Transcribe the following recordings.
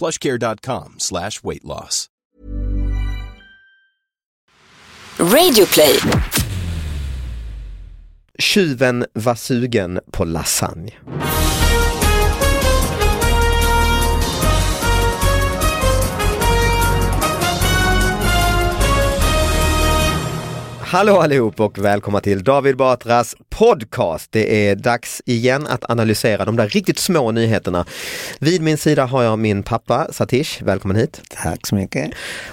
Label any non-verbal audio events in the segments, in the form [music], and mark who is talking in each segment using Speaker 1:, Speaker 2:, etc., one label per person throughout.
Speaker 1: plushcare.com slash weight loss.
Speaker 2: Radioplay.
Speaker 3: Tjuven var sugen på lasagne. Hallå allihop och välkomna till David Batras podcast. Det är dags igen att analysera de där riktigt små nyheterna. Vid min sida har jag min pappa Satish, välkommen hit.
Speaker 4: Tack så mycket.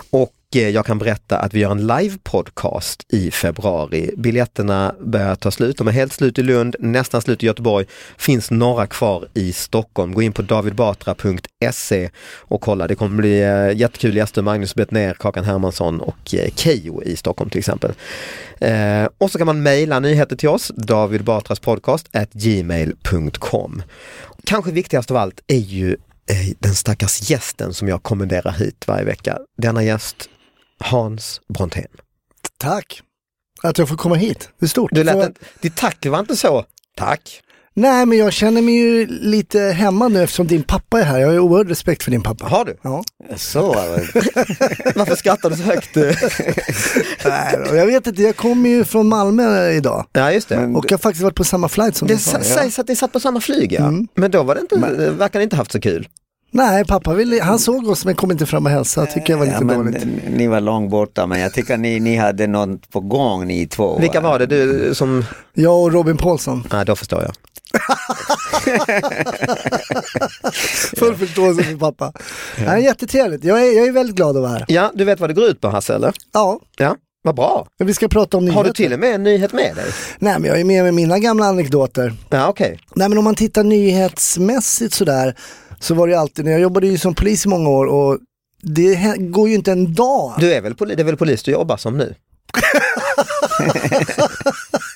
Speaker 3: Och eh, jag kan berätta att vi gör en live-podcast i februari. Biljetterna börjar ta slut, de är helt slut i Lund, nästan slut i Göteborg, finns några kvar i Stockholm. Gå in på davidbatra.se och kolla, det kommer bli eh, jättekul gäster, Magnus Bettner, Kakan Hermansson och eh, Keyyo i Stockholm till exempel. Eh, och så kan man mejla nyheter till oss, davidbatraspodcast gmail.com. Kanske viktigast av allt är ju eh, den stackars gästen som jag kommenderar hit varje vecka. Denna gäst, Hans Brontén.
Speaker 4: Tack. Att jag får komma hit, det är stort.
Speaker 3: Du lät
Speaker 4: Får-
Speaker 3: en, ditt tack var inte så, tack.
Speaker 4: Nej, men jag känner mig ju lite hemma nu eftersom din pappa är här. Jag har ju oerhörd respekt för din pappa.
Speaker 3: Har du?
Speaker 4: Ja.
Speaker 3: Så. Varför skrattar du så [laughs] högt?
Speaker 4: [laughs] Nej, då, jag vet inte, jag kommer ju från Malmö idag.
Speaker 3: ja, just det.
Speaker 4: Och jag har faktiskt varit på samma flight som
Speaker 3: det
Speaker 4: din sa.
Speaker 3: sa- sägs att ni satt på samma flyg, ja.
Speaker 4: Mm.
Speaker 3: Men då var det inte, verkar ni inte haft så kul.
Speaker 4: Nej, pappa ville, han såg oss men kom inte fram och hälsade. Tycker jag var lite
Speaker 5: Ja, men,
Speaker 4: dåligt.
Speaker 5: n- ni var långt borta men jag tycker ni, ni hade något på gång ni två.
Speaker 3: Vilka var det du som,
Speaker 4: Jag och
Speaker 3: [laughs]
Speaker 4: Robin Paulsson,
Speaker 3: nej då förstår jag.
Speaker 4: full förståelse för pappa. Nej, jättetrevligt, jag är, jag är väldigt glad att vara här.
Speaker 3: Ja, du vet vad det går ut på Hasse eller?
Speaker 4: Ja,
Speaker 3: Ja, vad bra.
Speaker 4: men vi ska prata om nyheter.
Speaker 3: Har du till och med en nyhet med dig?
Speaker 4: Nej, men jag är med med mina gamla anekdoter.
Speaker 3: Ja, okej.
Speaker 4: Nej men om man tittar nyhetsmässigt sådär så var det ju alltid, när jag jobbade ju som polis i många år och det hä- går ju inte en dag.
Speaker 3: Du är väl polis, det är väl polis du jobbar som [laughs] nu?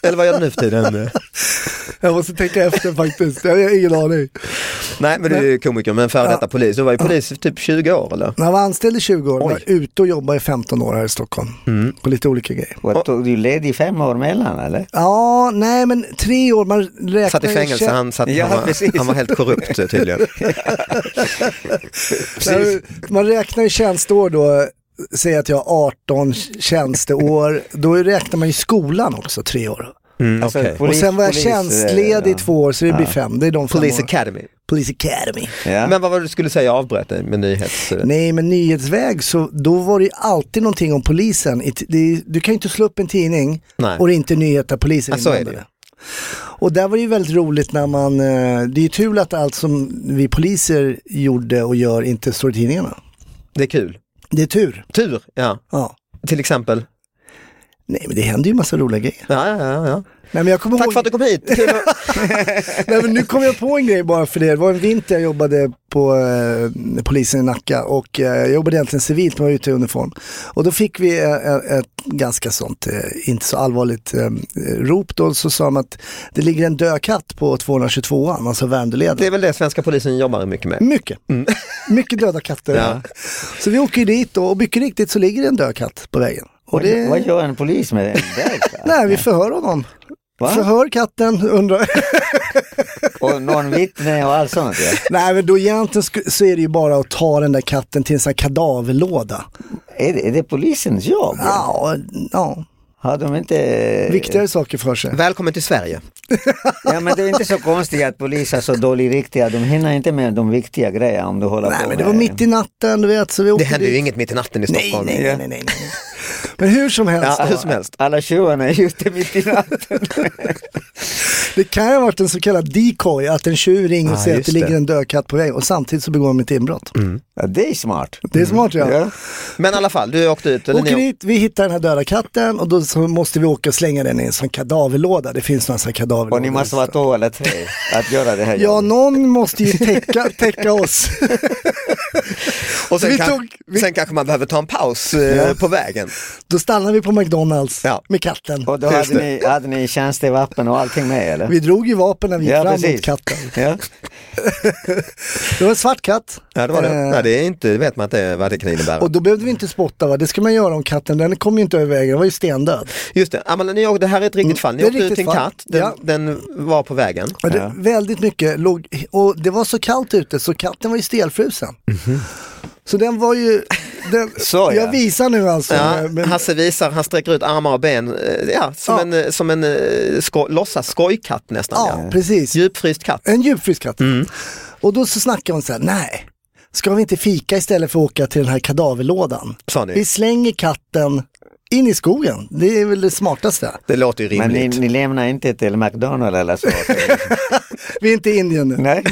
Speaker 3: Eller vad gör du nu för tiden?
Speaker 4: Jag måste tänka efter faktiskt, jag har ingen aning.
Speaker 3: Nej men du är ju komiker men före detta polis, du var ju polis i typ 20 år eller?
Speaker 4: När jag var anställd i 20 år, var
Speaker 3: Oj.
Speaker 4: jag ute och jobbade i 15 år här i Stockholm. På lite olika grejer.
Speaker 5: Vad tog du led i fem år mellan eller?
Speaker 4: Ja, nej men tre år, man räknar
Speaker 3: Satt i
Speaker 4: ju
Speaker 3: fängelse,
Speaker 4: käpp- [laughs]
Speaker 3: han, satt,
Speaker 5: Ja,
Speaker 3: han, var,
Speaker 5: precis.
Speaker 3: han var helt [laughs] korrupt tydligen.
Speaker 4: Nej, men Man räknar ju tjänsteår då, säg att jag har 18 tjänsteår, då räknar man ju skolan också, tre år.
Speaker 3: Mm,
Speaker 5: Alltså,
Speaker 3: okej.
Speaker 5: polis-
Speaker 4: och sen var jag
Speaker 5: polis, eh,
Speaker 4: tjänstledig i
Speaker 5: ja.
Speaker 4: två år, så det blir fem, det är de fem
Speaker 3: Police
Speaker 4: åren.
Speaker 3: Academy.
Speaker 4: Police Academy.
Speaker 5: Ja.
Speaker 3: Men vad var det du skulle säga, jag avbröt dig med nyhets...
Speaker 4: Nej, men nyhetsväg så då var det ju alltid någonting om polisen. I t- det- Du kan ju inte slå upp en tidning
Speaker 3: Nej.
Speaker 4: och det är inte nyheter polisen
Speaker 3: Ja, så är det
Speaker 4: inblandade. Och där var det ju väldigt roligt när man, eh, det är ju tur att allt som vi poliser gjorde och gör inte står i tidningarna.
Speaker 3: Det är kul.
Speaker 4: Det är tur.
Speaker 3: Tur, ja.
Speaker 4: Ja.
Speaker 3: Till exempel.
Speaker 4: Nej men det händer ju massa roliga grejer.
Speaker 3: Ja, ja, ja, ja.
Speaker 4: Nej, men jag kommer
Speaker 3: Tack
Speaker 4: ihåg...
Speaker 3: för att du kom hit! Kul att-
Speaker 4: Nej, men nu kom jag på en grej bara för det. Det var en vinter jag jobbade på eh, polisen i Nacka och eh, jag jobbade egentligen civilt men var ute i uniform. Och då fick vi eh, eh, ett ganska sånt, eh, inte så allvarligt eh, rop då. Så sa de att det ligger en död katt på 222an, alltså Värmdöleden.
Speaker 3: Det är väl det svenska polisen jobbar mycket med.
Speaker 4: Mycket.
Speaker 2: Mm.
Speaker 4: Mycket döda katter.
Speaker 3: Ja.
Speaker 4: Så vi åker ju dit då, och mycket riktigt så ligger det en död katt på vägen. Och
Speaker 2: Vad-
Speaker 4: det...
Speaker 2: Vad gör en polis med en väg? va?
Speaker 4: Nej, vi förhör honom.
Speaker 2: Va?
Speaker 4: Förhör katten, undrar.
Speaker 2: Och någon vittne och allt sånt. Ja.
Speaker 4: Nej men då egentligen sku- så är det ju bara att ta den där katten till en sån här kadaverlåda.
Speaker 2: Är, det, är det polisens jobb?
Speaker 4: Ja, ja.
Speaker 2: Har de inte...
Speaker 4: Eh. viktigare saker för sig.
Speaker 3: Välkommen till Sverige.
Speaker 2: Ja, men det är inte så konstigt att polis är så dålig riktiga. De hinner inte med de viktiga grejerna om du håller på
Speaker 4: Nej men det
Speaker 2: med-
Speaker 4: var mitt i natten, du vet. Så vi åkte
Speaker 3: Det händer ju
Speaker 4: dit.
Speaker 3: inget mitt i natten i
Speaker 4: Nej,
Speaker 3: Stockholm.
Speaker 4: nej, nej, nej, nej. nej. Men hur som helst,
Speaker 3: Ja,
Speaker 4: då,
Speaker 3: hur som helst.
Speaker 2: Alla tjuvarna är ute mitt i natten.
Speaker 4: [laughs] det kan ju ha varit en så kallad decoy, att en tjuv ringer och
Speaker 3: Ah,
Speaker 4: säger att
Speaker 3: just
Speaker 4: det ligger
Speaker 3: det.
Speaker 4: en död katt på vägen och samtidigt så begår de ett inbrott.
Speaker 2: Mm. Ja, det är smart.
Speaker 4: Det är smart ja.
Speaker 2: Ja.
Speaker 3: Men i alla fall, du åkte ut. Eller
Speaker 4: Åker
Speaker 3: ni,
Speaker 4: dit, vi hittar den här döda katten och då så måste vi åka och slänga den i en sån kadaverlåda. Det finns några sån här kadaverlådor.
Speaker 2: Och ni måste vara två eller tre att göra det här
Speaker 4: Ja,
Speaker 2: jobbet.
Speaker 4: någon måste ju täcka, täcka oss.
Speaker 3: och sen,
Speaker 4: vi
Speaker 3: kan,
Speaker 4: tog- vi-
Speaker 3: sen kanske man behöver ta en paus eh, på vägen.
Speaker 4: Då stannar vi på McDonalds
Speaker 3: Ja.
Speaker 4: med katten.
Speaker 2: Och då hade ni, hade ni tjänstevapen och allting med eller?
Speaker 4: Vi drog ju vapen när vi gick
Speaker 2: Ja,
Speaker 4: fram
Speaker 2: precis.
Speaker 4: mot katten.
Speaker 2: Ja.
Speaker 4: [laughs] Det var en svart katt.
Speaker 3: Ja, det var det.
Speaker 4: Eh,
Speaker 3: Nej, det är inte, det vet man inte vad det kan innebära.
Speaker 4: Och då behövde vi inte spotta va, det ska man göra om katten, den kom ju inte över vägen, den var ju stendöd.
Speaker 3: Just det, Amanda, ni åkte, det här är ett riktigt fall. Ni
Speaker 4: Mm, det är
Speaker 3: åkte ut
Speaker 4: riktigt
Speaker 3: till en
Speaker 4: fall.
Speaker 3: katt, den,
Speaker 4: Ja.
Speaker 3: den var på vägen.
Speaker 4: Men det, Väldigt mycket låg, och det var så kallt ute så katten var ju stelfrusen. Så den var ju, den,
Speaker 2: Mhm. [laughs] Så, ja.
Speaker 4: jag visar nu alltså.
Speaker 3: Ja,
Speaker 4: men-
Speaker 3: Hasse visar, han sträcker ut armar och ben, eh, ja, som
Speaker 4: Ja.
Speaker 3: en, eh, som en eh, sko, låtsas skojkatt nästan.
Speaker 4: ja, precis. Eh.
Speaker 3: Djupfryst katt.
Speaker 4: En djupfryst katt.
Speaker 2: Mm.
Speaker 4: Och då så snackar hon så här, nej, ska vi inte fika istället för att åka till den här kadaverlådan?
Speaker 3: Sa ni.
Speaker 4: Vi slänger katten in i skogen, det är väl det smartaste.
Speaker 3: Det låter ju
Speaker 2: Men ni,
Speaker 3: rimligt.
Speaker 2: ni lämnar inte till McDonalds eller så?
Speaker 4: [laughs] Vi är inte i Indien nu.
Speaker 2: Nej.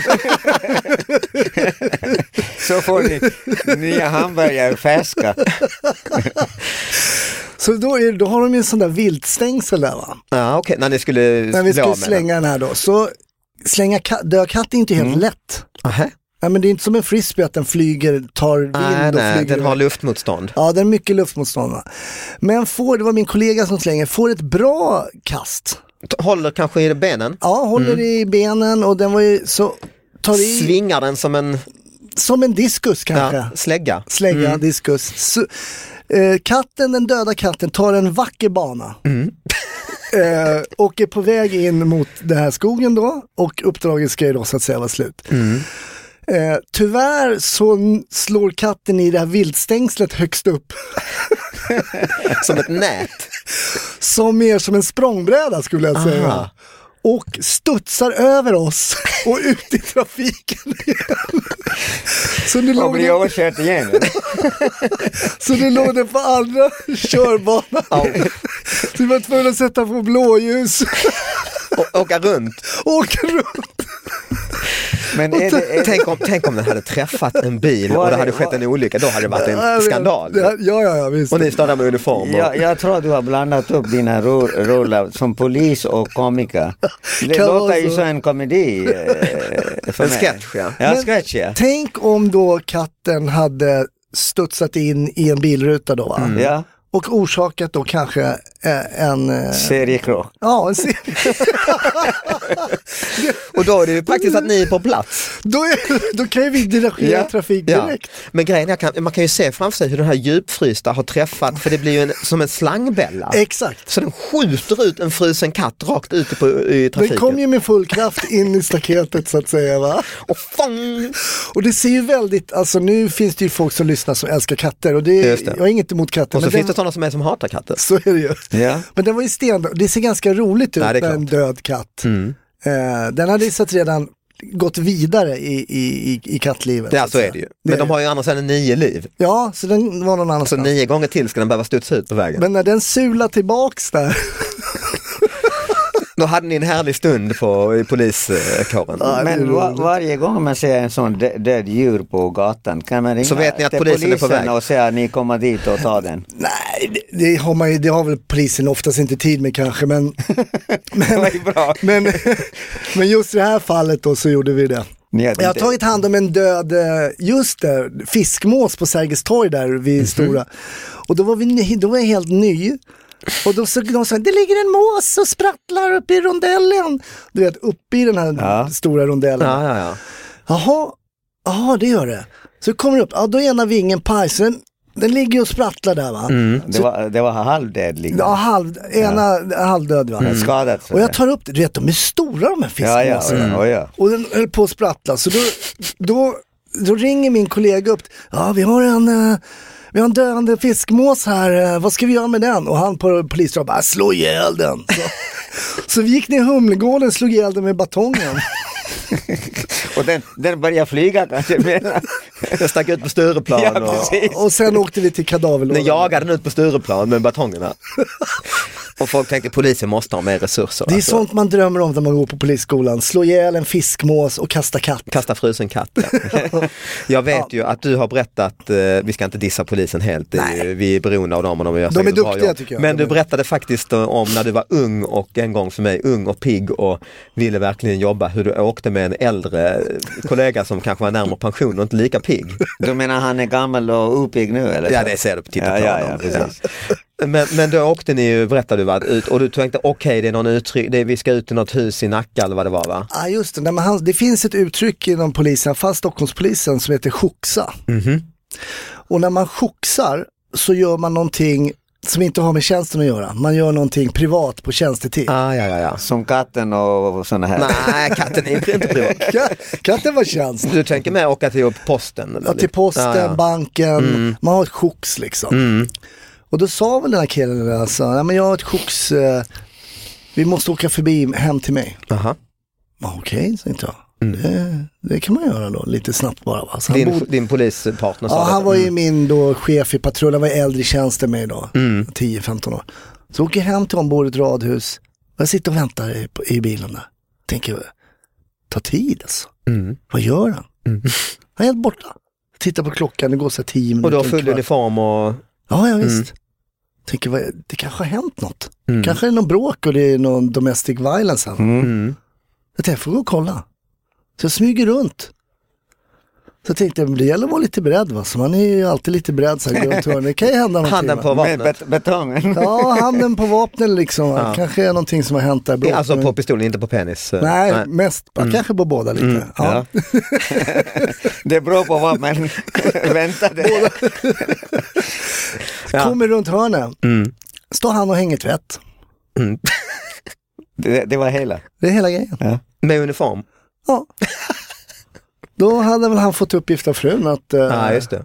Speaker 2: så får ni nya hamburgare färska.
Speaker 4: Så då, är, då har de ju en sån där viltstängsel där va?
Speaker 3: [laughs] Ja, okej, när ni skulle
Speaker 4: När vi
Speaker 3: bli
Speaker 4: skulle
Speaker 3: av med den. Mm.
Speaker 4: slänga den här då. Så slänga ka- död katt är inte helt lätt.
Speaker 3: Aha.
Speaker 4: Nej men det är inte som en frisbee att den flyger, tar vind
Speaker 3: Nej,
Speaker 4: och
Speaker 3: nej,
Speaker 4: flyger.
Speaker 3: den har luftmotstånd.
Speaker 4: Ja, den är mycket luftmotstånd. va? Men får, det var min kollega som slänger, får ett bra kast.
Speaker 3: T- Håller kanske i benen,
Speaker 4: Ja, håller
Speaker 3: Mm.
Speaker 4: i benen och den var ju så, tar i
Speaker 3: svingar den som en
Speaker 4: som en diskus kanske.
Speaker 3: ja, slägga.
Speaker 4: Slägga, diskus. Så, eh, katten, den döda katten, tar en vacker bana. [laughs] eh, och är på väg in mot den här skogen då och uppdraget ska ju då så att säga vara slut. Eh, tyvärr så n- slår katten i det här viltstängslet högst upp.
Speaker 3: Som ett nät.
Speaker 4: Som mer som en språngbräda skulle jag säga.
Speaker 3: Ah.
Speaker 4: Och studsar över oss och ut i trafiken igen. Så nu
Speaker 2: Och
Speaker 4: låg
Speaker 2: blir
Speaker 4: den-
Speaker 2: överkört igen.
Speaker 4: [laughs] Så nu låg den på andra körbanan. Så vi var tvungna att sätta på blåljus
Speaker 3: Och åka runt.
Speaker 4: och åka runt.
Speaker 2: Men är det, är det,
Speaker 3: Tänk om, tänk om den hade träffat en bil
Speaker 2: Var
Speaker 3: och det
Speaker 2: det-
Speaker 3: hade skett en olycka, då hade det varit en skandal.
Speaker 4: Ja, ja, ja visst.
Speaker 3: Och ni står där med uniform. Och...
Speaker 2: jag, jag tror du har blandat upp dina ro- roller som polis och
Speaker 4: [laughs]
Speaker 2: komiker. Det
Speaker 4: Kan vara
Speaker 2: låter ju
Speaker 4: så.
Speaker 2: som en komedi. Eh, för
Speaker 3: En
Speaker 2: mig.
Speaker 3: sketch, ja.
Speaker 2: Ja,
Speaker 4: Men
Speaker 2: sketch ja.
Speaker 4: Tänk om då katten hade studsat in i en bilruta då va?
Speaker 3: Mm.
Speaker 2: ja.
Speaker 4: Och orsakat då kanske eh, en... eh,
Speaker 2: Seriekrock.
Speaker 4: Ja, en se- [laughs]
Speaker 3: Och då är det ju praktiskt att ni är på plats.
Speaker 4: då, är, då kan ju vi dirigera trafik
Speaker 3: Ja.
Speaker 4: direkt.
Speaker 3: Men grejen är, kan, man kan ju se framför sig hur den här djupfrysta har träffat, för det blir ju en, som en slangbälla.
Speaker 4: Exakt.
Speaker 3: Så den skjuter ut en frusen katt rakt ut på, i
Speaker 4: Den
Speaker 3: trafiken.
Speaker 4: kom ju med full kraft in i staketet så att säga va?
Speaker 3: Och fång!
Speaker 4: Och det ser ju väldigt, alltså nu finns det ju folk som lyssnar som älskar katter och det,
Speaker 3: Just det.
Speaker 4: jag har inget emot katter.
Speaker 3: Och så
Speaker 4: men
Speaker 3: finns det
Speaker 4: den,
Speaker 3: sådana som är som hatar katter.
Speaker 4: så är det ju.
Speaker 2: Ja.
Speaker 4: Men den var ju sten, det ser ganska roligt ut
Speaker 3: Nej, det är
Speaker 4: med en
Speaker 3: klart. Mm.
Speaker 4: död katt. Eh, den hade ju sett redan gått vidare i, i, i, i kattlivet.
Speaker 3: Ja,
Speaker 4: så att
Speaker 3: så är
Speaker 4: säga.
Speaker 3: det ju. Men de har ju å andra sidan nio liv.
Speaker 4: Ja, så den var någon
Speaker 3: Så
Speaker 4: annanstans.
Speaker 3: nio gånger till ska den behöva studsa ut på vägen.
Speaker 4: Men när den sular tillbaks där,
Speaker 3: Då hade ni en härlig stund på, i poliskåren.
Speaker 4: Ja, det är
Speaker 2: Men va-
Speaker 4: roligt.
Speaker 2: varje gång man ser en sån dö- död djur på gatan kan man ringa
Speaker 3: Så vet ni att
Speaker 2: till
Speaker 3: polisen är på väg.
Speaker 2: och säga ni kommer dit och tar den.
Speaker 4: Nej, det, det, har man ju, det har väl polisen oftast inte tid med kanske, men, men,
Speaker 3: [laughs]
Speaker 2: bra.
Speaker 4: men, men just i det här fallet då så gjorde vi det.
Speaker 2: Ni hade
Speaker 4: Jag har
Speaker 2: inte-
Speaker 4: tagit hand om en död, eh, just det, fiskmås på Sergels torg där vid Stora. Och då var, vi, ny- då var jag helt ny. Och då så, de sa, det ligger en mås och sprattlar uppe i rondellen. Du vet, uppe i den här
Speaker 2: Ja.
Speaker 4: stora rondellen.
Speaker 3: Ja, ja, ja.
Speaker 4: Jaha, jaha det gör det. Så kommer det upp, ja då är ena vingen paj, så den, den ligger och sprattlar där va.
Speaker 2: Det var, det var halvdöd liksom.
Speaker 4: Ja, halv, ena halvdöd va.
Speaker 2: Skadad. Mm. så
Speaker 4: Och jag
Speaker 2: det.
Speaker 4: tar upp det, du vet de är stora de här
Speaker 2: Ja, ja,
Speaker 4: fiskmåsarna.
Speaker 2: ja, ja.
Speaker 4: Och den höll på att sprattla så då, då, då ringer min kollega upp. Ja vi har en eh, vi har en döende fiskmås här, eh, vad ska vi göra med den? Och han på polisstationen bara, slå ihjäl den.
Speaker 2: [laughs]
Speaker 4: Så, så vi gick ner i Humlegården och slog ihjäl den med batongen.
Speaker 2: Och den, den började flyga kanske. mer.
Speaker 3: [laughs] Jag stack ut på Stureplan
Speaker 2: [laughs] Ja,
Speaker 3: och
Speaker 2: precis.
Speaker 4: och sen åkte vi till
Speaker 3: ni
Speaker 4: kadaverlådan.
Speaker 3: jagade den ut på Stureplan med batongerna. och folk tänkte polisen måste ha mer resurser.
Speaker 4: Det är
Speaker 3: alltså.
Speaker 4: sånt man drömmer om när man går på polisskolan. Slå ihjäl en fiskmås och kasta katt.
Speaker 3: Kasta frusen katt. ja. Jag vet ju att du har berättat, eh, vi ska inte dissa polisen helt, det är ju- vi är beroende av dem och de gör
Speaker 4: De
Speaker 3: säkert
Speaker 4: är
Speaker 3: ett bra
Speaker 4: duktiga,
Speaker 3: jobb.
Speaker 4: tycker jag.
Speaker 3: Men
Speaker 4: De
Speaker 3: du
Speaker 4: är-
Speaker 3: berättade faktiskt eh, om när du var ung och en gång för mig, ung och pigg och ville verkligen jobba, hur du åkte med en äldre kollega som kanske var närmare pension och inte lika pigg.
Speaker 2: Du menar han är gammal och opig nu eller?
Speaker 3: Ja det ser du på
Speaker 2: ja,
Speaker 3: tittarplanen.
Speaker 2: ja, ja, precis.
Speaker 3: Men, men då åkte ni ju, berättade du, va, ut och du tänkte okej det är någon uttryck, det är, vi ska ut i något hus i Nacka eller vad det var va?
Speaker 4: [laughs] Ja ah, just det, Nej, men han, det finns ett uttryck inom polisen, fast Stockholmspolisen, som heter choxa.
Speaker 3: Mhm.
Speaker 4: Och när man choxar så gör man någonting som inte har med tjänsten att göra. Man gör någonting privat på tjänstetid.
Speaker 3: Ah, ja, ja, ja.
Speaker 2: Som katten och sådana här.
Speaker 3: Nej, katten är ju inte privat.
Speaker 4: Ka- [laughs] Kan inte vara tjänst?
Speaker 3: Du tänker med åka till posten? eller
Speaker 4: Ja, till
Speaker 3: lite?
Speaker 4: posten,
Speaker 3: Ja, Mm. ja.
Speaker 4: banken, man har ett chox liksom. Och då sa väl den här killen, alltså, Nej, men jag har ett chox, eh, vi måste åka förbi hem till mig.
Speaker 3: Aha.
Speaker 4: Ja, Okej, sa inte jag. Det, det kan man göra då, lite snabbt bara. Va? Så han
Speaker 3: Mm. Din,
Speaker 4: bodde-
Speaker 3: din Mm. polispartner sa
Speaker 4: Ja,
Speaker 3: det.
Speaker 4: han var ju min då chef i patrullen, han var äldre i tjänsten med idag,
Speaker 3: Mm.
Speaker 4: 10-15 år. Så åker jag hem till ombordet radhus, och jag sitter och väntar i, i bilen där. Tänker, ta tid alltså.
Speaker 3: Mm.
Speaker 4: Vad gör han? Han är helt borta. Tittar på klockan, det går så här 10 minuter.
Speaker 3: Mm. Och då
Speaker 4: en
Speaker 3: full
Speaker 4: kvart.
Speaker 3: uniform och
Speaker 4: Ja, ja visst.
Speaker 3: Mm.
Speaker 4: Tänker, vad, det kanske har hänt något. Kanske är det någon bråk och det är någon domestic violence här.
Speaker 3: Mm.
Speaker 4: Jag tänkte, jag får gå och kolla. Så jag smyger runt. Så jag tänkte, men det gäller att vara lite beredd va, så man är ju alltid lite beredd så här, går runt hörnet. det kan ju hända någonting.
Speaker 3: handen
Speaker 4: va?
Speaker 2: Med
Speaker 3: på vapnet.
Speaker 2: bet- betongen.
Speaker 4: Ja, handen på vapnet liksom. va. Kanske är någonting som har hänt där.
Speaker 3: Det
Speaker 4: bråk.
Speaker 3: är Alltså på pistolen, inte på Mm. penis.
Speaker 4: Nej, mest, kanske på båda lite. Ja.
Speaker 2: Det beror på vad man väntade.
Speaker 3: Ja.
Speaker 4: [laughs]
Speaker 3: Mm.
Speaker 4: Kommer runt hörnet, står han och hänger tvätt.
Speaker 2: Det, det var hela.
Speaker 4: Det är hela grejen.
Speaker 3: Med uniform?
Speaker 4: Ja. [laughs] Då hade väl han fått uppgift av frun att eh,
Speaker 3: Ja, just det.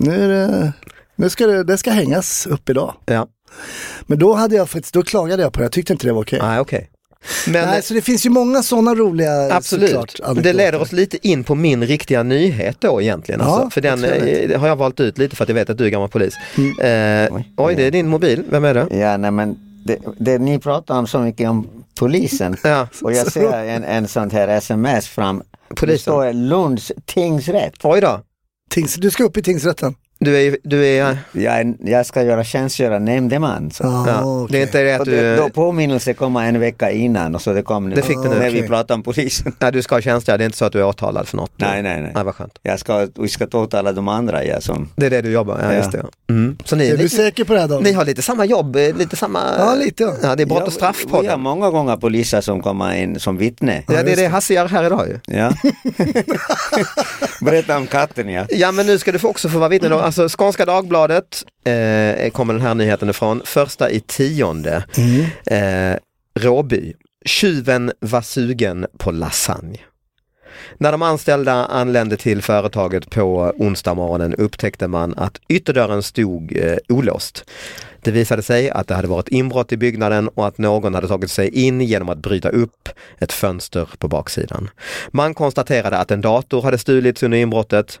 Speaker 4: nu, är det, nu ska det, det ska hängas upp idag.
Speaker 3: Ja,
Speaker 4: Men då, hade jag, faktiskt- då klagade jag på det, jag tyckte inte det var okej.
Speaker 3: nej okej. Men
Speaker 4: Nej, så det finns ju många sådana roliga
Speaker 3: absolut,
Speaker 4: såklart,
Speaker 3: det
Speaker 4: anekdoter.
Speaker 3: leder oss lite in på min riktiga nyhet då egentligen. alltså.
Speaker 4: Ja,
Speaker 3: För den
Speaker 4: vad trevligt.
Speaker 3: eh, har jag valt ut lite för att jag vet att du är gammal polis. Eh, oj. det är din mobil, vem är det?
Speaker 2: Ja, nej, men det, det ni pratar om så mycket om polisen.
Speaker 3: Ja.
Speaker 2: Och jag ser en, en sån här sms fram. Det
Speaker 3: Polisen.
Speaker 2: står Lunds tingsrätt.
Speaker 3: Oj då,
Speaker 4: Tings, du ska upp i tingsrätten.
Speaker 3: du är, du är,
Speaker 2: Jag, är- jag ska göra tjänstgöra nämndeman. Så.
Speaker 4: Ah,
Speaker 3: ja.
Speaker 4: okej.
Speaker 3: det är inte det att
Speaker 2: Och det,
Speaker 3: du,
Speaker 2: då påminnelse kommer en vecka innan och så det kom nu.
Speaker 3: Det fick du nu.
Speaker 2: När
Speaker 3: Okej.
Speaker 2: vi pratade om
Speaker 3: [laughs]
Speaker 2: polisen.
Speaker 3: nej, du ska tjänstgöra, det är inte så att du är åtalad för något?
Speaker 2: Nej, nej, nej.
Speaker 3: Nej, vad skönt.
Speaker 2: Jag ska, vi ska åtala de andra. Ja, som,
Speaker 3: Det är det du jobbar, ja,
Speaker 2: Ja.
Speaker 3: just det. ja. Mm. Så ni,
Speaker 4: Är du
Speaker 3: ni,
Speaker 4: säker på det här då?
Speaker 3: ni har lite samma jobb, eh, lite samma...
Speaker 4: Ja, lite, ja.
Speaker 3: Ja, det är brott och
Speaker 2: Vi har
Speaker 3: straffpodden.
Speaker 2: många gånger poliser som kommer in som vittne.
Speaker 3: Ja, det är det Hasse gör här idag ju. [laughs]
Speaker 2: Ja. Berätta om katten ja.
Speaker 3: Ja men nu ska du få också få vara vittne då. Alltså Skånska Dagbladet eh, kommer den här nyheten ifrån. Första i tionde. Eh, Råby. Tjuven var sugen på lasagne. När de anställda anlände till företaget på onsdag morgonen upptäckte man att ytterdörren stod eh, olåst. Det visade sig att det hade varit inbrott i byggnaden och att någon hade tagit sig in genom att bryta upp ett fönster på baksidan. Man konstaterade att en dator hade stulits under inbrottet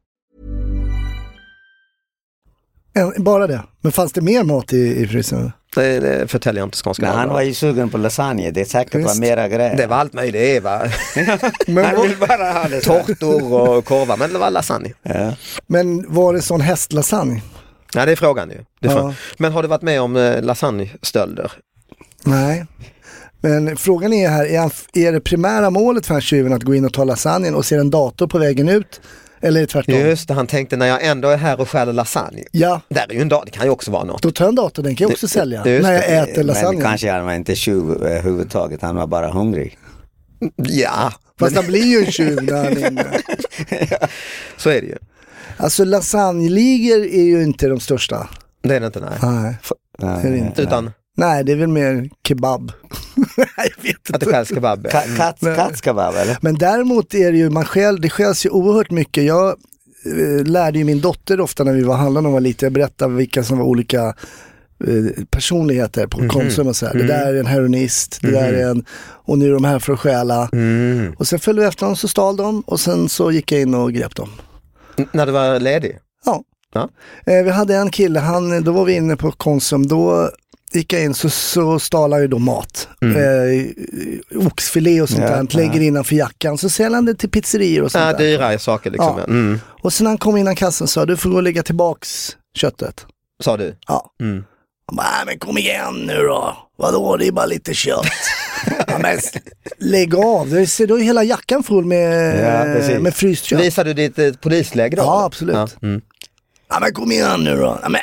Speaker 4: Ja, Bara det. Men fanns det mer mat i,
Speaker 3: [laughs]
Speaker 4: i frysen?
Speaker 3: Det, det förtäljer jag inte skånska.
Speaker 2: Men han var ju sugen på lasagne, det säkert var
Speaker 4: Visst.
Speaker 2: mera grejer.
Speaker 3: Det var allt möjligt, det var
Speaker 2: han vill bara ha det.
Speaker 3: tårtor och korvar, men det var lasagne.
Speaker 2: Ja.
Speaker 4: Men var det sån hästlasagne?
Speaker 3: Ja, det är frågan ju. Det är
Speaker 4: Ja.
Speaker 3: frågan. Men har du varit med om eh, lasagnestölder?
Speaker 4: Nej. Men frågan är här, är, han, är det primära målet för den här tjuven att gå in och ta lasagnen och se en dator på vägen ut? Eller är det tvärtom?
Speaker 3: Just det, han tänkte när jag ändå är här och stjäl lasagne.
Speaker 4: Ja,
Speaker 3: Där är ju en dag, det kan ju också vara något.
Speaker 4: då tar jag en dator, den kan jag också sälja
Speaker 3: just
Speaker 4: när jag
Speaker 3: det.
Speaker 4: äter lasagne.
Speaker 2: Men kanske han var inte tjuv överhuvudtaget, han var bara hungrig.
Speaker 3: Ja,
Speaker 4: Fast
Speaker 3: men,
Speaker 4: han blir ju en tjuv när han
Speaker 3: [laughs]
Speaker 4: är inne.
Speaker 3: så är det ju.
Speaker 4: Alltså lasagneligor är ju inte de största.
Speaker 3: Det är det inte, nej.
Speaker 4: Nej, det
Speaker 2: Eh,
Speaker 4: är det inte.
Speaker 3: Utan
Speaker 4: Nej, det är väl mer kebab. [laughs] Nej, jag vet
Speaker 3: att
Speaker 4: inte.
Speaker 3: det stjäls kebab.
Speaker 2: Ka- Katt, katt ska vara eller?
Speaker 4: Men däremot är det ju, man själv, det skäls ju oerhört mycket. Jag eh, lärde ju min dotter ofta när vi var och handlade när hon var liten, jag berättade vilka som var olika eh, personligheter
Speaker 2: Mhm.
Speaker 4: på Konsum och sådär. Det där är en heroinist, det där är en, och nu är de här för att stjäla.
Speaker 2: Mhm.
Speaker 4: Och sen följde vi efter dem, så stal de och sen så gick jag in och grep dem.
Speaker 3: N- När du var ledig?
Speaker 4: Ja.
Speaker 3: Ja.
Speaker 4: Eh, vi hade en kille, han, då var vi inne på Konsum, då gick jag in så, så stal han ju då mat. Eh, oxfilé och sånt
Speaker 2: Mm. Ja,
Speaker 4: där, lägger innanför jackan, så säljer han det till pizzerior och sånt
Speaker 3: Ja,
Speaker 4: där.
Speaker 3: Äh, dyra saker liksom.
Speaker 4: Ja.
Speaker 3: Mm,
Speaker 4: Och sen när han kom innan kassan sa du får gå och lägga tillbaks köttet.
Speaker 3: sa du.
Speaker 4: Ja.
Speaker 3: Mm.
Speaker 4: Han bara, "Nej, men kom igen nu då. Vadå, det är bara lite kött. ja, men s- lägg av, du ser, du har ju hela jackan full med,
Speaker 2: Ja, precis.
Speaker 4: med fryst kött.
Speaker 3: Visar du ditt eh, polisläge då?
Speaker 4: Ja,
Speaker 3: eller?
Speaker 4: absolut.
Speaker 3: Ja, mm.
Speaker 4: Ja, men kom igen nu då. Ja, men.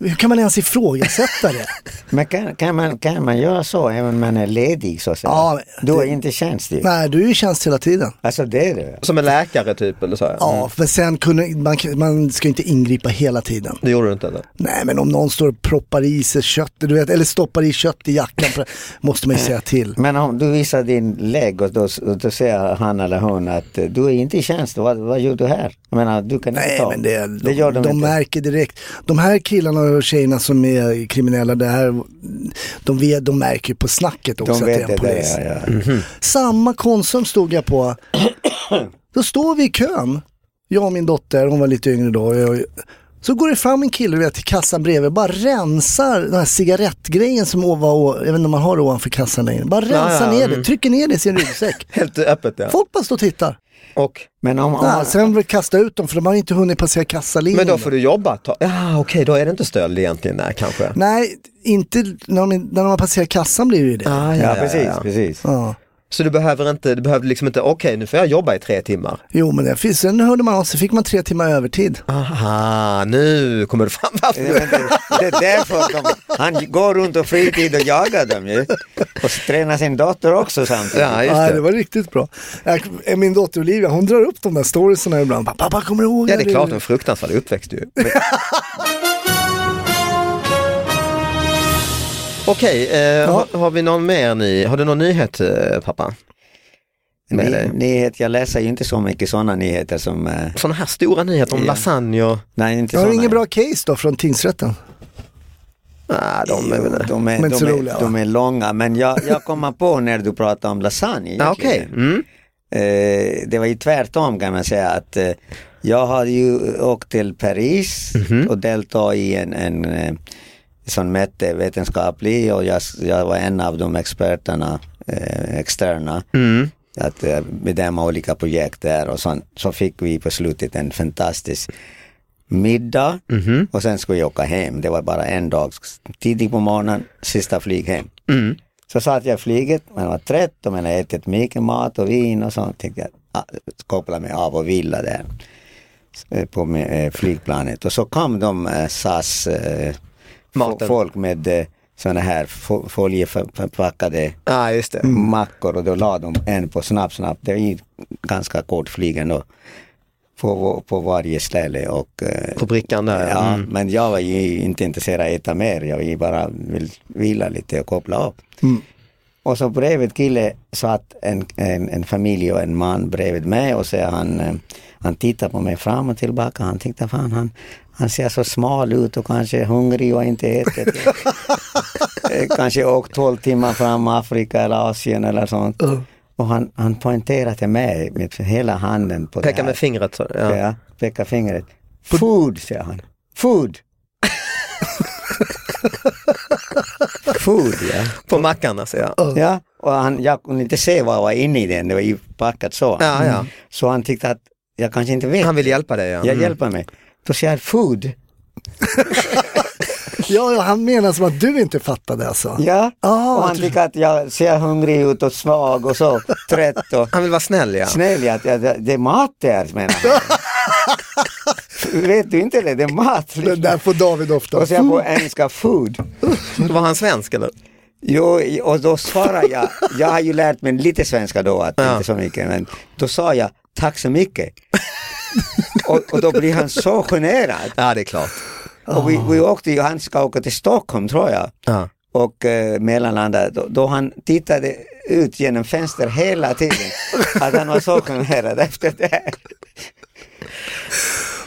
Speaker 4: Hur kan man ens ifrågasätta det?
Speaker 2: Men kan, kan, man, kan man göra så även om man är ledig så att säga?
Speaker 4: Ja,
Speaker 2: du är
Speaker 4: det-
Speaker 2: inte tjänstig.
Speaker 4: Nej, du är ju i tjänst hela tiden.
Speaker 2: Alltså det är det.
Speaker 3: Som en läkare typ eller så? här.
Speaker 4: Ja,
Speaker 3: Mm.
Speaker 4: men sen kunde, man, man ska ju inte ingripa hela tiden.
Speaker 3: Det gjorde du inte eller?
Speaker 4: Nej, men om någon står och proppar i sig kött, du vet, eller stoppar i kött i jackan, [laughs] på det, måste man ju säga till.
Speaker 2: Men om du visar din lägg och då, då säger han eller hon att eh, du är inte i tjänst, vad, vad gör du här? Jag menar, du kan inte
Speaker 4: Nej,
Speaker 2: ta.
Speaker 4: men det,
Speaker 2: det
Speaker 4: de,
Speaker 2: gör de,
Speaker 4: de
Speaker 2: inte.
Speaker 4: märker direkt. De här killarna och tjejerna som är kriminella, det här, de, vet, de märker ju på snacket också
Speaker 2: de
Speaker 4: att det är
Speaker 2: vet
Speaker 4: en
Speaker 2: det.
Speaker 4: polis.
Speaker 2: det ja, ja.
Speaker 4: Samma Konsum stod jag på. Då står vi i kön, jag och min dotter, hon var lite yngre då. Jag, så går det fram en kille du vet, till kassan bredvid, bara rensar den här cigarettgrejen som ovan, å- jag vet inte om man har det ovanför kassan längre. Bara rensar
Speaker 3: ja,
Speaker 4: ner
Speaker 3: mm.
Speaker 4: det, trycker ner det i sin ryggsäck.
Speaker 3: Helt öppet ja.
Speaker 4: Folk bara står och tittar.
Speaker 3: Och,
Speaker 2: Men om, om
Speaker 4: Ja, sen vill kasta ut dem för de har inte hunnit passera kassalinjen.
Speaker 3: men då får du jobba ett tag. Ja, okej, då är det inte stöld egentligen där kanske.
Speaker 4: Nej, inte när de, när de har passerat kassan blir det ju det.
Speaker 3: Ah,
Speaker 2: ja, precis, precis.
Speaker 4: Ja.
Speaker 3: Så du behöver inte, du behöver liksom inte, okej nu får jag jobba i tre timmar.
Speaker 4: Jo men det finns, sen hörde man av sig, fick man tre timmar övertid.
Speaker 3: Aha, nu kommer du fram varför
Speaker 2: Nej, men det, det är därför de, han går runt och fritid och jagar dem ju. Och tränar sin dotter också samtidigt.
Speaker 3: Ja, just
Speaker 4: Nej,
Speaker 3: det.
Speaker 4: det var riktigt bra. Jag- Min dotter Olivia, hon drar upp de där storiesarna ibland. Pappa, kommer du ihåg?
Speaker 3: Ja,
Speaker 4: när
Speaker 3: det
Speaker 4: du-
Speaker 3: är klart, en fruktansvärd uppväxt ju. [laughs] Men- Okej, eh, har, har vi någon mer ny, har du någon nyhet eh, pappa? Med
Speaker 2: Ny,
Speaker 3: dig?
Speaker 2: nyhet, jag läser ju inte så mycket sådana nyheter som... eh,
Speaker 3: Sådana här stora nyheter om
Speaker 2: Ja.
Speaker 3: lasagne och,
Speaker 2: Nej, inte
Speaker 4: Jag har
Speaker 2: såna.
Speaker 4: inget bra case då från tingsrätten.
Speaker 3: nej de är väl
Speaker 2: Jo, de är,
Speaker 4: Men inte
Speaker 2: de
Speaker 4: så
Speaker 2: är,
Speaker 4: roliga, va?
Speaker 2: de är långa, men jag, jag kommer på när du pratade om lasagne.
Speaker 3: Ja,
Speaker 2: egentligen.
Speaker 3: Okej, mm.
Speaker 2: Eh, det var ju tvärtom kan man säga att eh, jag har ju åkt till Paris
Speaker 3: Mhm.
Speaker 2: och deltagit i en, en eh, som mätte
Speaker 3: Mm.
Speaker 2: vetenskaplig och jag, jag var en av de experterna, eh, externa. att bedöma olika projekt där och sånt. Så fick vi på slutet en fantastisk middag
Speaker 3: Mhm.
Speaker 2: och sen skulle jag åka hem. Det var bara en dag. Tidigt på morgonen, sista flyg hem.
Speaker 3: Mm.
Speaker 2: Så satt jag i flyget, man var trött och man hade ätit mycket mat och vin och sånt. Tänkte jag ah, koppla mig av och vila där eh, på med, eh, flygplanet. Och så kom de eh, SAS eh, fo- folk med eh, sådana här fo- folieförpackade eh,
Speaker 3: ah, just det.
Speaker 2: mackor och då la de en på snabb snabb. Det är ju ganska kort flyg ändå. På, på varje ställe och... eh,
Speaker 3: På brickan där.
Speaker 2: Ja,
Speaker 3: Mm.
Speaker 2: men jag var ju inte intresserad av att äta mer. Jag ville bara vill vila lite och koppla upp.
Speaker 3: Mm.
Speaker 2: Och så bredvid kille satt en, en, en familj och en man bredvid mig och så han, eh, han tittar på mig fram och tillbaka. Han tänkte fan han, han ser så smal ut och kanske är hungrig och inte
Speaker 3: [laughs]
Speaker 2: ätit. Eh, kanske åkt 12 timmar fram Afrika eller Asien eller sånt. Och han, han poängterade till mig med hela handen på det
Speaker 3: Peka
Speaker 2: här.
Speaker 3: med fingret så.
Speaker 2: Ja.
Speaker 3: Ja.
Speaker 2: pekar fingret. Food, säger han.
Speaker 3: [laughs]
Speaker 2: Food! Food, ja.
Speaker 3: På mackan alltså ja.
Speaker 2: Ja, och han, jag kunde inte se vad jag var inne i den, det var ju packat så. Mm.
Speaker 3: Ja, ja.
Speaker 2: Så han tyckte att jag kanske inte vet.
Speaker 3: Han vill hjälpa dig ja. Mm.
Speaker 2: Jag hjälper mig. Då säger jag food.
Speaker 4: Ja, ja, han menar som att du inte fattade alltså.
Speaker 2: Ja,
Speaker 4: Ah,
Speaker 2: och han
Speaker 4: du-
Speaker 2: tycker att jag ser hungrig ut och svag och så trött och
Speaker 3: Han vill vara snäll ja.
Speaker 2: snäll. Jag, jag, det är mat där, menar
Speaker 3: [laughs]
Speaker 2: han. Vet du inte det? Det är mat. liksom.
Speaker 4: Det där får David ofta.
Speaker 2: Och så jag på engelska food.
Speaker 3: Var han svensk eller?
Speaker 2: Jo, och då svarade jag, jag har ju lärt mig lite svenska då, att inte så mycket, men då sa jag tack så mycket. och, och då blir han så generad.
Speaker 3: Ja det är klart.
Speaker 2: Och vi, vi åkte ju, han ska åka till Stockholm tror jag,
Speaker 3: Ja.
Speaker 2: och eh, mellanlanda, då, då han tittade ut genom fönster hela tiden, att han var så generad efter det. här.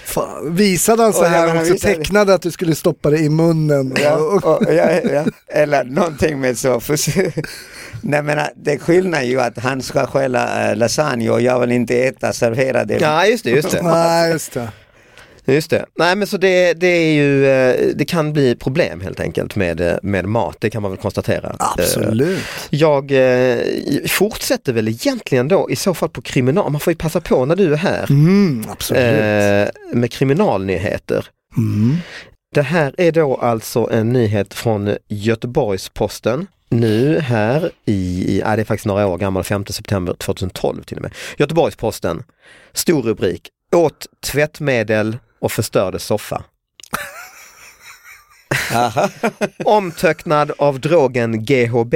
Speaker 4: Fan, visade han så
Speaker 2: Och jag
Speaker 4: här
Speaker 2: menar,
Speaker 4: också,
Speaker 2: visade-
Speaker 4: tecknade att du skulle stoppa det i munnen.
Speaker 2: Ja,
Speaker 4: Och- och-
Speaker 2: och, ja, ja, eller någonting med så. För, nej men ah, det skillnaden är ju att han ska skälla eh, lasagne och jag vill inte äta serverade.
Speaker 3: Ja just det, just det. Eh.
Speaker 4: Nej, just det.
Speaker 3: Just det. Nej men så det, det är ju, eh, det kan bli problem helt enkelt med, eh, med mat, det kan man väl konstatera. Eh,
Speaker 4: Absolut.
Speaker 3: Jag eh, fortsätter väl egentligen då i så fall på kriminal, man får ju passa på när du är här
Speaker 4: Mm, absolut.
Speaker 3: eh, med kriminalnyheter.
Speaker 4: Mm.
Speaker 3: Det här är då alltså en nyhet från Göteborgs-Posten. Nu här i, ja det är faktiskt några år gammal, 5 september 2012 till och med. Göteborgs-Posten, stor rubrik, åt tvättmedel och förstörde soffa. Omtöcknad av drogen GHB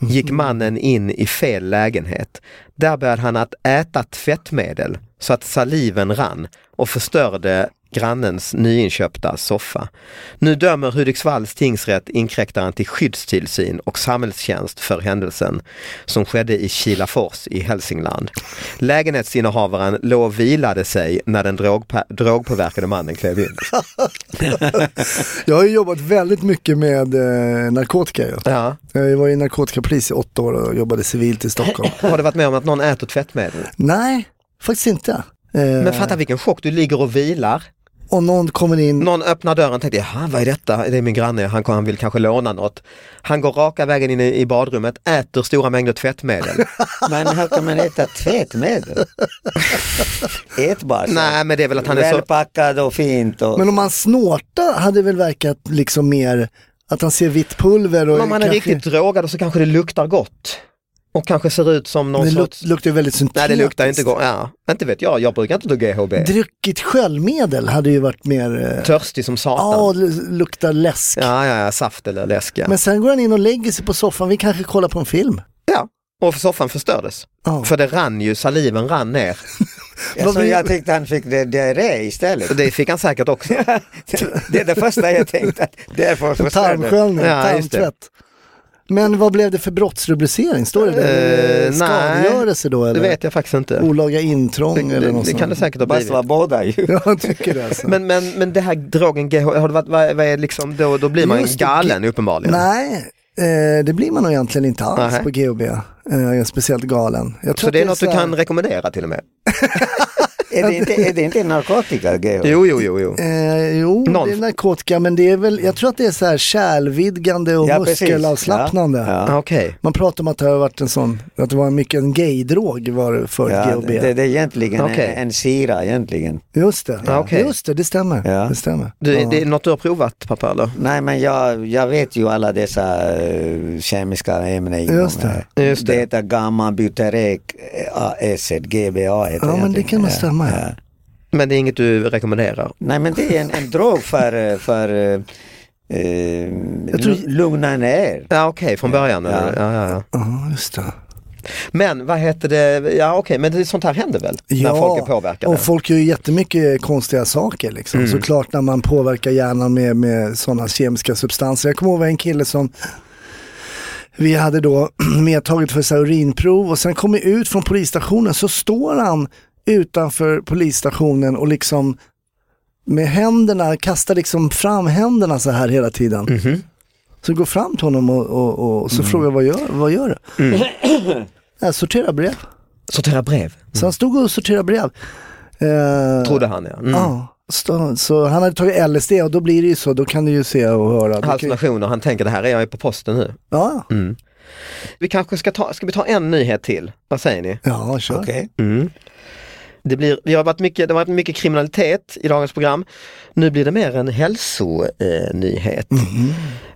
Speaker 3: gick mannen in i fel lägenhet. Där började han att äta tvättmedel så att saliven rann och förstörde grannens nyinköpta soffa. Nu dömer Hudiksvalls tingsrätt inkräktaren till skyddstillsyn och samhällstjänst för händelsen som skedde i Kilafors i Hälsingland. Lägenhetsinnehavaren låg och vilade sig när den drogpa- drogpåverkade mannen klev in.
Speaker 4: Jag har ju jobbat väldigt mycket med eh, narkotika. Ju.
Speaker 3: Ja.
Speaker 4: Jag var ju narkotikapolis i åtta år och jobbade civilt
Speaker 3: [laughs]
Speaker 4: i Stockholm.
Speaker 3: Har du varit med om att någon äter tvättmedel?
Speaker 4: Nej, faktiskt inte. Eh,
Speaker 3: Men fatta vilken chock, du ligger och vilar.
Speaker 4: och någon kommer in,
Speaker 3: Någon öppnar dörren och tänker, jaha vad är detta? Det är min granne, han, han vill kanske låna något. Han går raka vägen in i i badrummet, äter stora mängder
Speaker 4: [laughs]
Speaker 3: tvättmedel.
Speaker 2: Men hur kan man äta tvättmedel? Ätbar. så.
Speaker 3: Nej men det är väl att han är så...
Speaker 2: Välpackad och fint. Och...
Speaker 4: men om han snortar hade väl verkat liksom mer att han ser vitt pulver och
Speaker 3: Men om han är
Speaker 4: kanske-
Speaker 3: riktigt drogad så kanske det luktar gott. Och kanske ser ut som någon
Speaker 4: det luk-
Speaker 3: sorts...
Speaker 4: luktar ju väldigt syntetiskt.
Speaker 3: Nej det luktar inte gott, ja. Inte vet jag, jag brukar inte ta GHB.
Speaker 4: Druckit sköljmedel hade ju varit mer, eh,
Speaker 3: Törstig som
Speaker 4: ja,
Speaker 3: satan.
Speaker 4: lu- luktar läsk.
Speaker 3: Ja, ja, ja, saft eller läsk ja.
Speaker 4: Men sen går han in och lägger sig på soffan, vi kanske kollar på en film.
Speaker 3: ja. Och soffan förstördes.
Speaker 4: Ja.
Speaker 3: För det rann ju, saliven rann ner.
Speaker 2: Ja, så
Speaker 4: Vad vi-
Speaker 2: jag tänkte han fick det diarré istället.
Speaker 3: Och Det fick han säkert
Speaker 4: [laughs]
Speaker 3: också.
Speaker 2: det är det första jag tänkte. Att därför förstörde.
Speaker 4: Tarmsköljning,
Speaker 3: Ja, just det.
Speaker 4: tarmtvätt. Men vad blev det för brottsrubricering? Står det där?
Speaker 3: Eh,
Speaker 4: Skadegörelse då
Speaker 3: Det
Speaker 4: eller?
Speaker 3: vet jag faktiskt inte.
Speaker 4: Olaga intrång
Speaker 3: Det,
Speaker 4: eller
Speaker 3: det,
Speaker 4: något
Speaker 3: det kan det
Speaker 4: sånt.
Speaker 3: säkert ha
Speaker 2: Fast
Speaker 3: blivit.
Speaker 2: var båda ju.
Speaker 4: [laughs] Ja, jag tycker det alltså.
Speaker 3: Men, men, men det här drogen GH, har det varit, vad, vad är liksom, då, då blir man ju
Speaker 4: Just det,
Speaker 3: galen uppenbarligen.
Speaker 4: Nej, eh, det blir man nog egentligen inte alls
Speaker 3: Nej.
Speaker 4: på GHB. Eh, jag är speciellt galen. Jag tror
Speaker 3: Så
Speaker 4: att
Speaker 3: det är något
Speaker 4: så
Speaker 3: du
Speaker 4: här-
Speaker 3: kan rekommendera till och med?
Speaker 2: är, det inte, är det inte narkotika? Geo?
Speaker 3: Jo, jo, jo. jo.
Speaker 4: Eh, jo,
Speaker 3: Någon-
Speaker 4: det är narkotika, men det är väl, jag tror att det är så här kärlvidgande och
Speaker 2: Ja, precis.
Speaker 4: muskelavslappnande.
Speaker 2: Ja,
Speaker 3: Ah, Okej.
Speaker 4: Man pratar om att det har varit en sån, att det var mycket en gaydrog var det för
Speaker 2: Ja,
Speaker 4: GHB.
Speaker 2: det, det är egentligen
Speaker 3: Okej.
Speaker 2: en, en sira egentligen.
Speaker 4: Just det,
Speaker 3: Ja, okej.
Speaker 4: just det, det stämmer.
Speaker 2: Ja.
Speaker 4: Det stämmer.
Speaker 3: Du,
Speaker 4: ja.
Speaker 3: Det är något du har provat pappa eller?
Speaker 2: Nej men jag, jag vet ju alla dessa eh, kemiska ämnen. inom
Speaker 4: Just det.
Speaker 2: här.
Speaker 3: Just det.
Speaker 2: Beta, gamma, buterek, eh, acid, GBA heter
Speaker 4: ja, men det
Speaker 2: egentligen.
Speaker 4: kan nog
Speaker 2: Ja,
Speaker 4: stämma.
Speaker 2: ja.
Speaker 4: Ja.
Speaker 3: Men det är inget du rekommenderar?
Speaker 2: Nej men det är en, en drog för, eh, för eh, eh, lu- lugna ner.
Speaker 3: Ja okej, från början. Ja. Ja, ja, ja.
Speaker 4: Ja, just det.
Speaker 3: Men vad heter det, ja okej, men det, sånt här händer väl?
Speaker 4: Ja,
Speaker 3: när folk är påverkade? Mm.
Speaker 4: och folk gör ju jättemycket konstiga saker. Liksom. Såklart när man påverkar hjärnan med, med sådana kemiska substanser. Jag kommer ihåg en kille som vi hade då [clears throat] medtaget för så här urinprov och sen kom vi ut från polisstationen så står han utanför polisstationen och liksom med händerna, kastar liksom fram händerna så här hela tiden.
Speaker 3: Mhm.
Speaker 4: Så går fram till honom och, och, och så
Speaker 3: Mm.
Speaker 4: frågar jag vad gör, vad gör du? [clears throat] Jag sorterar brev.
Speaker 3: Sortera brev?
Speaker 4: Så han stod och sorterade brev. Eh,
Speaker 3: Trodde han ja. Mm.
Speaker 4: Ja, så, så han hade tagit LSD och då blir det ju så, då kan du ju se och höra. Du kan,
Speaker 3: Hallucinationer, han tänker det här är jag ju på posten nu.
Speaker 4: ja,
Speaker 2: Mm.
Speaker 3: Vi kanske ska ta, ska vi ta en nyhet till? Vad säger ni?
Speaker 4: ja, kör.
Speaker 2: Okej.
Speaker 3: Det, blir, det, har varit mycket, det har varit mycket kriminalitet i dagens program. Nu blir det mer en hälsonyhet. Eh, nyhet.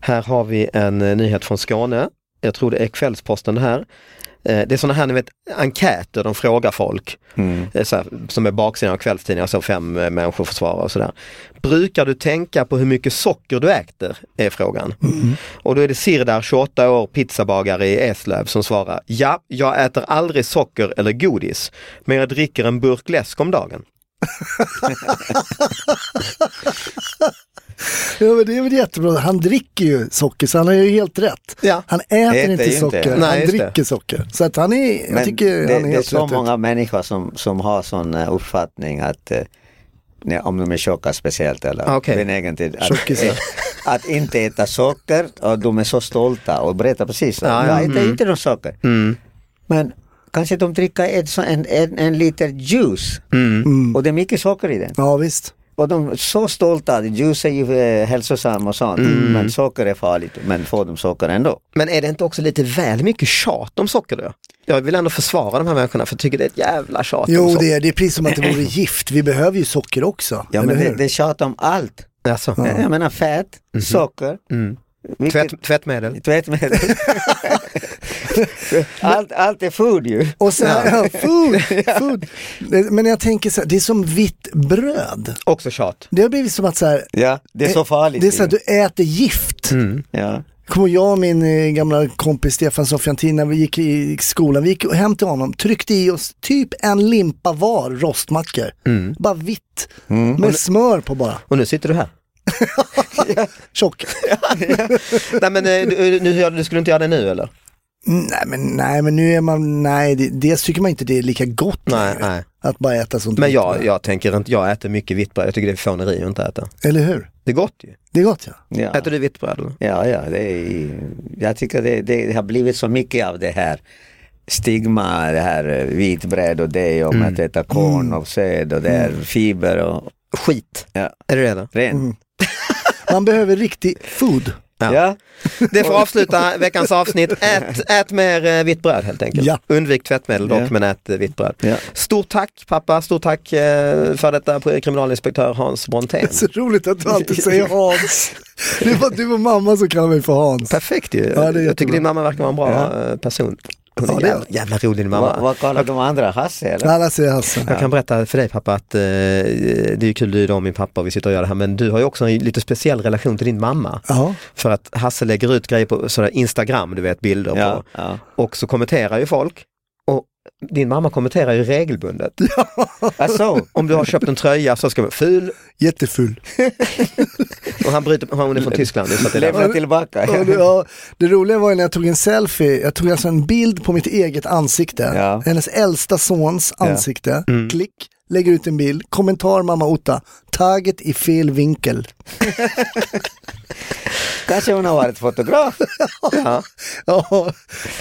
Speaker 3: Här har vi en eh, nyhet från Skåne. Jag tror det är Kvällsposten det här. Eh, det är sådana här ni vet, enkäter, de frågar folk. Eh, så här, som är baksidan av kvällstidningar, så fem eh, människor får svara och sådär. Brukar du tänka på hur mycket socker du äter? Är frågan. Och då är det Sirdar, 28 år, pizzabagare i Eslöv som svarar Ja, jag äter aldrig socker eller godis, men jag dricker en burk läsk om dagen.
Speaker 4: Ja, men det är väl jättebra. Han dricker ju socker så han har ju helt rätt.
Speaker 3: Ja.
Speaker 4: Han äter
Speaker 2: Äter
Speaker 4: inte
Speaker 2: ju inte.
Speaker 4: socker,
Speaker 3: Nej,
Speaker 4: han
Speaker 3: just det.
Speaker 4: dricker socker. Så att han är, jag
Speaker 2: Men
Speaker 4: tycker
Speaker 2: det,
Speaker 4: han är
Speaker 2: det är
Speaker 4: helt
Speaker 2: så
Speaker 4: rätt. ut.
Speaker 2: många människor som, som har sån eh, uppfattning att eh, nej, om de är tjocka speciellt eller
Speaker 3: Okej.
Speaker 2: benägen till att,
Speaker 4: Tjockisar.
Speaker 2: eh, [laughs] att inte äta socker och de är så stolta och berättar precis så.
Speaker 3: Ja, ja.
Speaker 2: Jag äter
Speaker 4: Mm.
Speaker 2: inte någon socker. Men kanske de dricker ett, så- en, en, en liter juice
Speaker 4: Mm.
Speaker 2: och det är mycket socker i den.
Speaker 4: Ja, visst.
Speaker 2: Och de är så stolta, juice är ju eh, hälsosam och sånt
Speaker 4: Mm.
Speaker 2: men socker är farligt men får de socker ändå.
Speaker 3: Men är det inte också lite väl mycket tjat om socker då? Jag vill ändå försvara de här människorna för jag tycker det är ett jävla tjat om
Speaker 4: Jo,
Speaker 3: socker.
Speaker 4: det är, det är precis som att det vore gift. Vi behöver ju socker också.
Speaker 2: Ja
Speaker 4: eller
Speaker 2: men det,
Speaker 4: hur?
Speaker 2: det är tjat om allt.
Speaker 3: Alltså,
Speaker 2: Jag menar fett, socker, vilket-
Speaker 3: tvätt, tvättmedel.
Speaker 2: tvättmedel. allt, allt är food ju.
Speaker 4: Och så här, [laughs] ja. food,
Speaker 2: [laughs]
Speaker 4: food. Det- Men jag tänker så här, det är som vitt bröd.
Speaker 3: Också tjat.
Speaker 4: Det har blivit som att så här,
Speaker 2: Ja, det är så farligt.
Speaker 4: Eh, det är så här,
Speaker 2: ju.
Speaker 4: du äter gift.
Speaker 2: ja.
Speaker 4: kommer jag och min eh, gamla kompis Stefan Sofiantin när vi gick i skolan, vi gick hem till honom, tryckte i oss typ en limpa var rostmackor. Bara vitt, med smör på bara,
Speaker 3: Och nu sitter du här.
Speaker 4: tjock.
Speaker 3: nej men eh, du, nu, gör- du skulle inte göra det nu eller?
Speaker 4: Nej men, nej men nu är man, nej det, dels tycker man inte det är lika gott
Speaker 3: Nej,
Speaker 4: längre,
Speaker 3: nej.
Speaker 4: att bara äta sånt
Speaker 3: Men
Speaker 4: vitt
Speaker 3: jag,
Speaker 4: bröd.
Speaker 3: jag tänker inte, jag äter mycket vitt bröd. Jag tycker det är fåneri att inte äta.
Speaker 4: Eller hur?
Speaker 3: Det är gott ju.
Speaker 4: Det är gott ja.
Speaker 2: Ja.
Speaker 3: Äter du vitt bröd? eller?
Speaker 2: ja, ja, det är, jag tycker det, det har blivit så mycket av det här stigma, det här eh, vitbröd och det om att äta korn och säd och det är fiber och
Speaker 3: Skit.
Speaker 2: ja,
Speaker 3: Är det det? då?
Speaker 2: rent.
Speaker 4: Man behöver riktig food.
Speaker 2: Ja.
Speaker 3: Det får avsluta veckans avsnitt. Ät, ät mer eh, vitt bröd helt enkelt.
Speaker 4: Ja.
Speaker 3: Undvik tvättmedel dock
Speaker 2: Ja.
Speaker 3: men ät eh, vitt bröd.
Speaker 2: Ja.
Speaker 3: Stort tack pappa, stort tack eh, för detta kriminalinspektör Hans
Speaker 4: [laughs]
Speaker 3: Brontén.
Speaker 4: Så roligt att du alltid säger Hans. Det är bara du och mamma som kallar mig för Hans.
Speaker 3: Perfekt ju.
Speaker 4: det är
Speaker 3: jag tycker
Speaker 4: jättebra.
Speaker 3: din mamma verkar vara en bra eh, person. Hon är
Speaker 4: Ja, det är
Speaker 3: jävla, jävla rolig din mamma.
Speaker 2: Vad, vad kallar de andra? Hasse eller?
Speaker 4: Alla säger Hasse.
Speaker 3: Jag kan berätta för dig pappa att eh, det är ju kul, du är då min pappa och vi sitter och gör det här men du har ju också en lite speciell relation till din mamma.
Speaker 4: Ja.
Speaker 3: För att Hasse lägger ut grejer på sådär Instagram, du vet bilder
Speaker 2: Ja,
Speaker 3: på.
Speaker 2: ja.
Speaker 3: Och så kommenterar ju folk. Och din mamma kommenterar ju regelbundet.
Speaker 2: Alltså,
Speaker 3: Om du har köpt en tröja så ska man ful
Speaker 4: Jättefull.
Speaker 3: och han bryter, hon
Speaker 2: [laughs]
Speaker 3: är från Tyskland. Så att det är
Speaker 2: lämna
Speaker 3: därför.
Speaker 2: tillbaka.
Speaker 4: Ja, det, ja, det roliga var ju när jag tog en selfie, jag tog alltså en bild på mitt eget ansikte,
Speaker 2: Ja.
Speaker 4: hennes äldsta sons ansikte, klick, lägger ut en bild, kommentar mamma Otta, taget i fel vinkel. [laughs]
Speaker 2: kanske hon har
Speaker 6: [laughs]
Speaker 2: varit fotograf.
Speaker 3: ja.
Speaker 4: ja,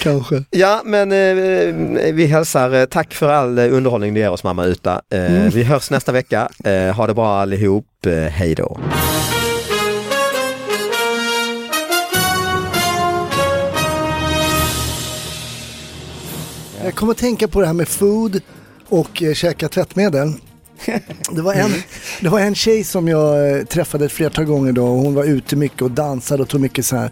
Speaker 4: kanske.
Speaker 3: Ja, men eh, vi hälsar eh, tack för all eh, underhållning du ger oss mamma Uta. Eh,
Speaker 4: Mm.
Speaker 3: Vi hörs nästa vecka. Eh, ha det bra allihop. Eh, hej då.
Speaker 4: Jag kommer att tänka på det här med food och eh, käka tvättmedel.
Speaker 3: [laughs]
Speaker 4: Det var,
Speaker 3: Mm.
Speaker 4: en, det var en tjej som jag eh, träffade ett flertal gånger då och hon var ute mycket och dansade och tog mycket så här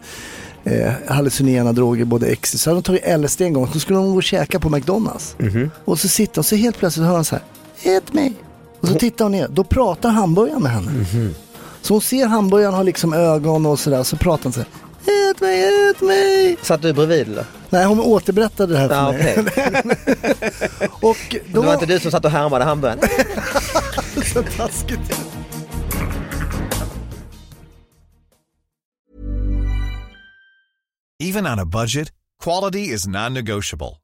Speaker 4: eh, hallucinogena droger, både ecstasy. Så hade hon tagit LSD en gång, så skulle hon gå och käka på McDonalds.
Speaker 3: Mhm.
Speaker 4: Och så sitter och så helt plötsligt hör hon så här, Hit me! Och så tittar hon ner, då pratar hamburgaren med henne.
Speaker 3: Mhm.
Speaker 4: Så hon ser hamburgaren har liksom ögon och sådär, så pratar hon så här, Hit me, hit me!
Speaker 3: Satt du bredvid eller?
Speaker 4: Nej, hon återberättade det här för
Speaker 3: Ja,
Speaker 4: mig.
Speaker 3: okej.
Speaker 4: och
Speaker 3: Det var inte du som satt och härmade hamburgaren?
Speaker 4: så taskigt.
Speaker 1: Even on a budget, quality is non-negotiable.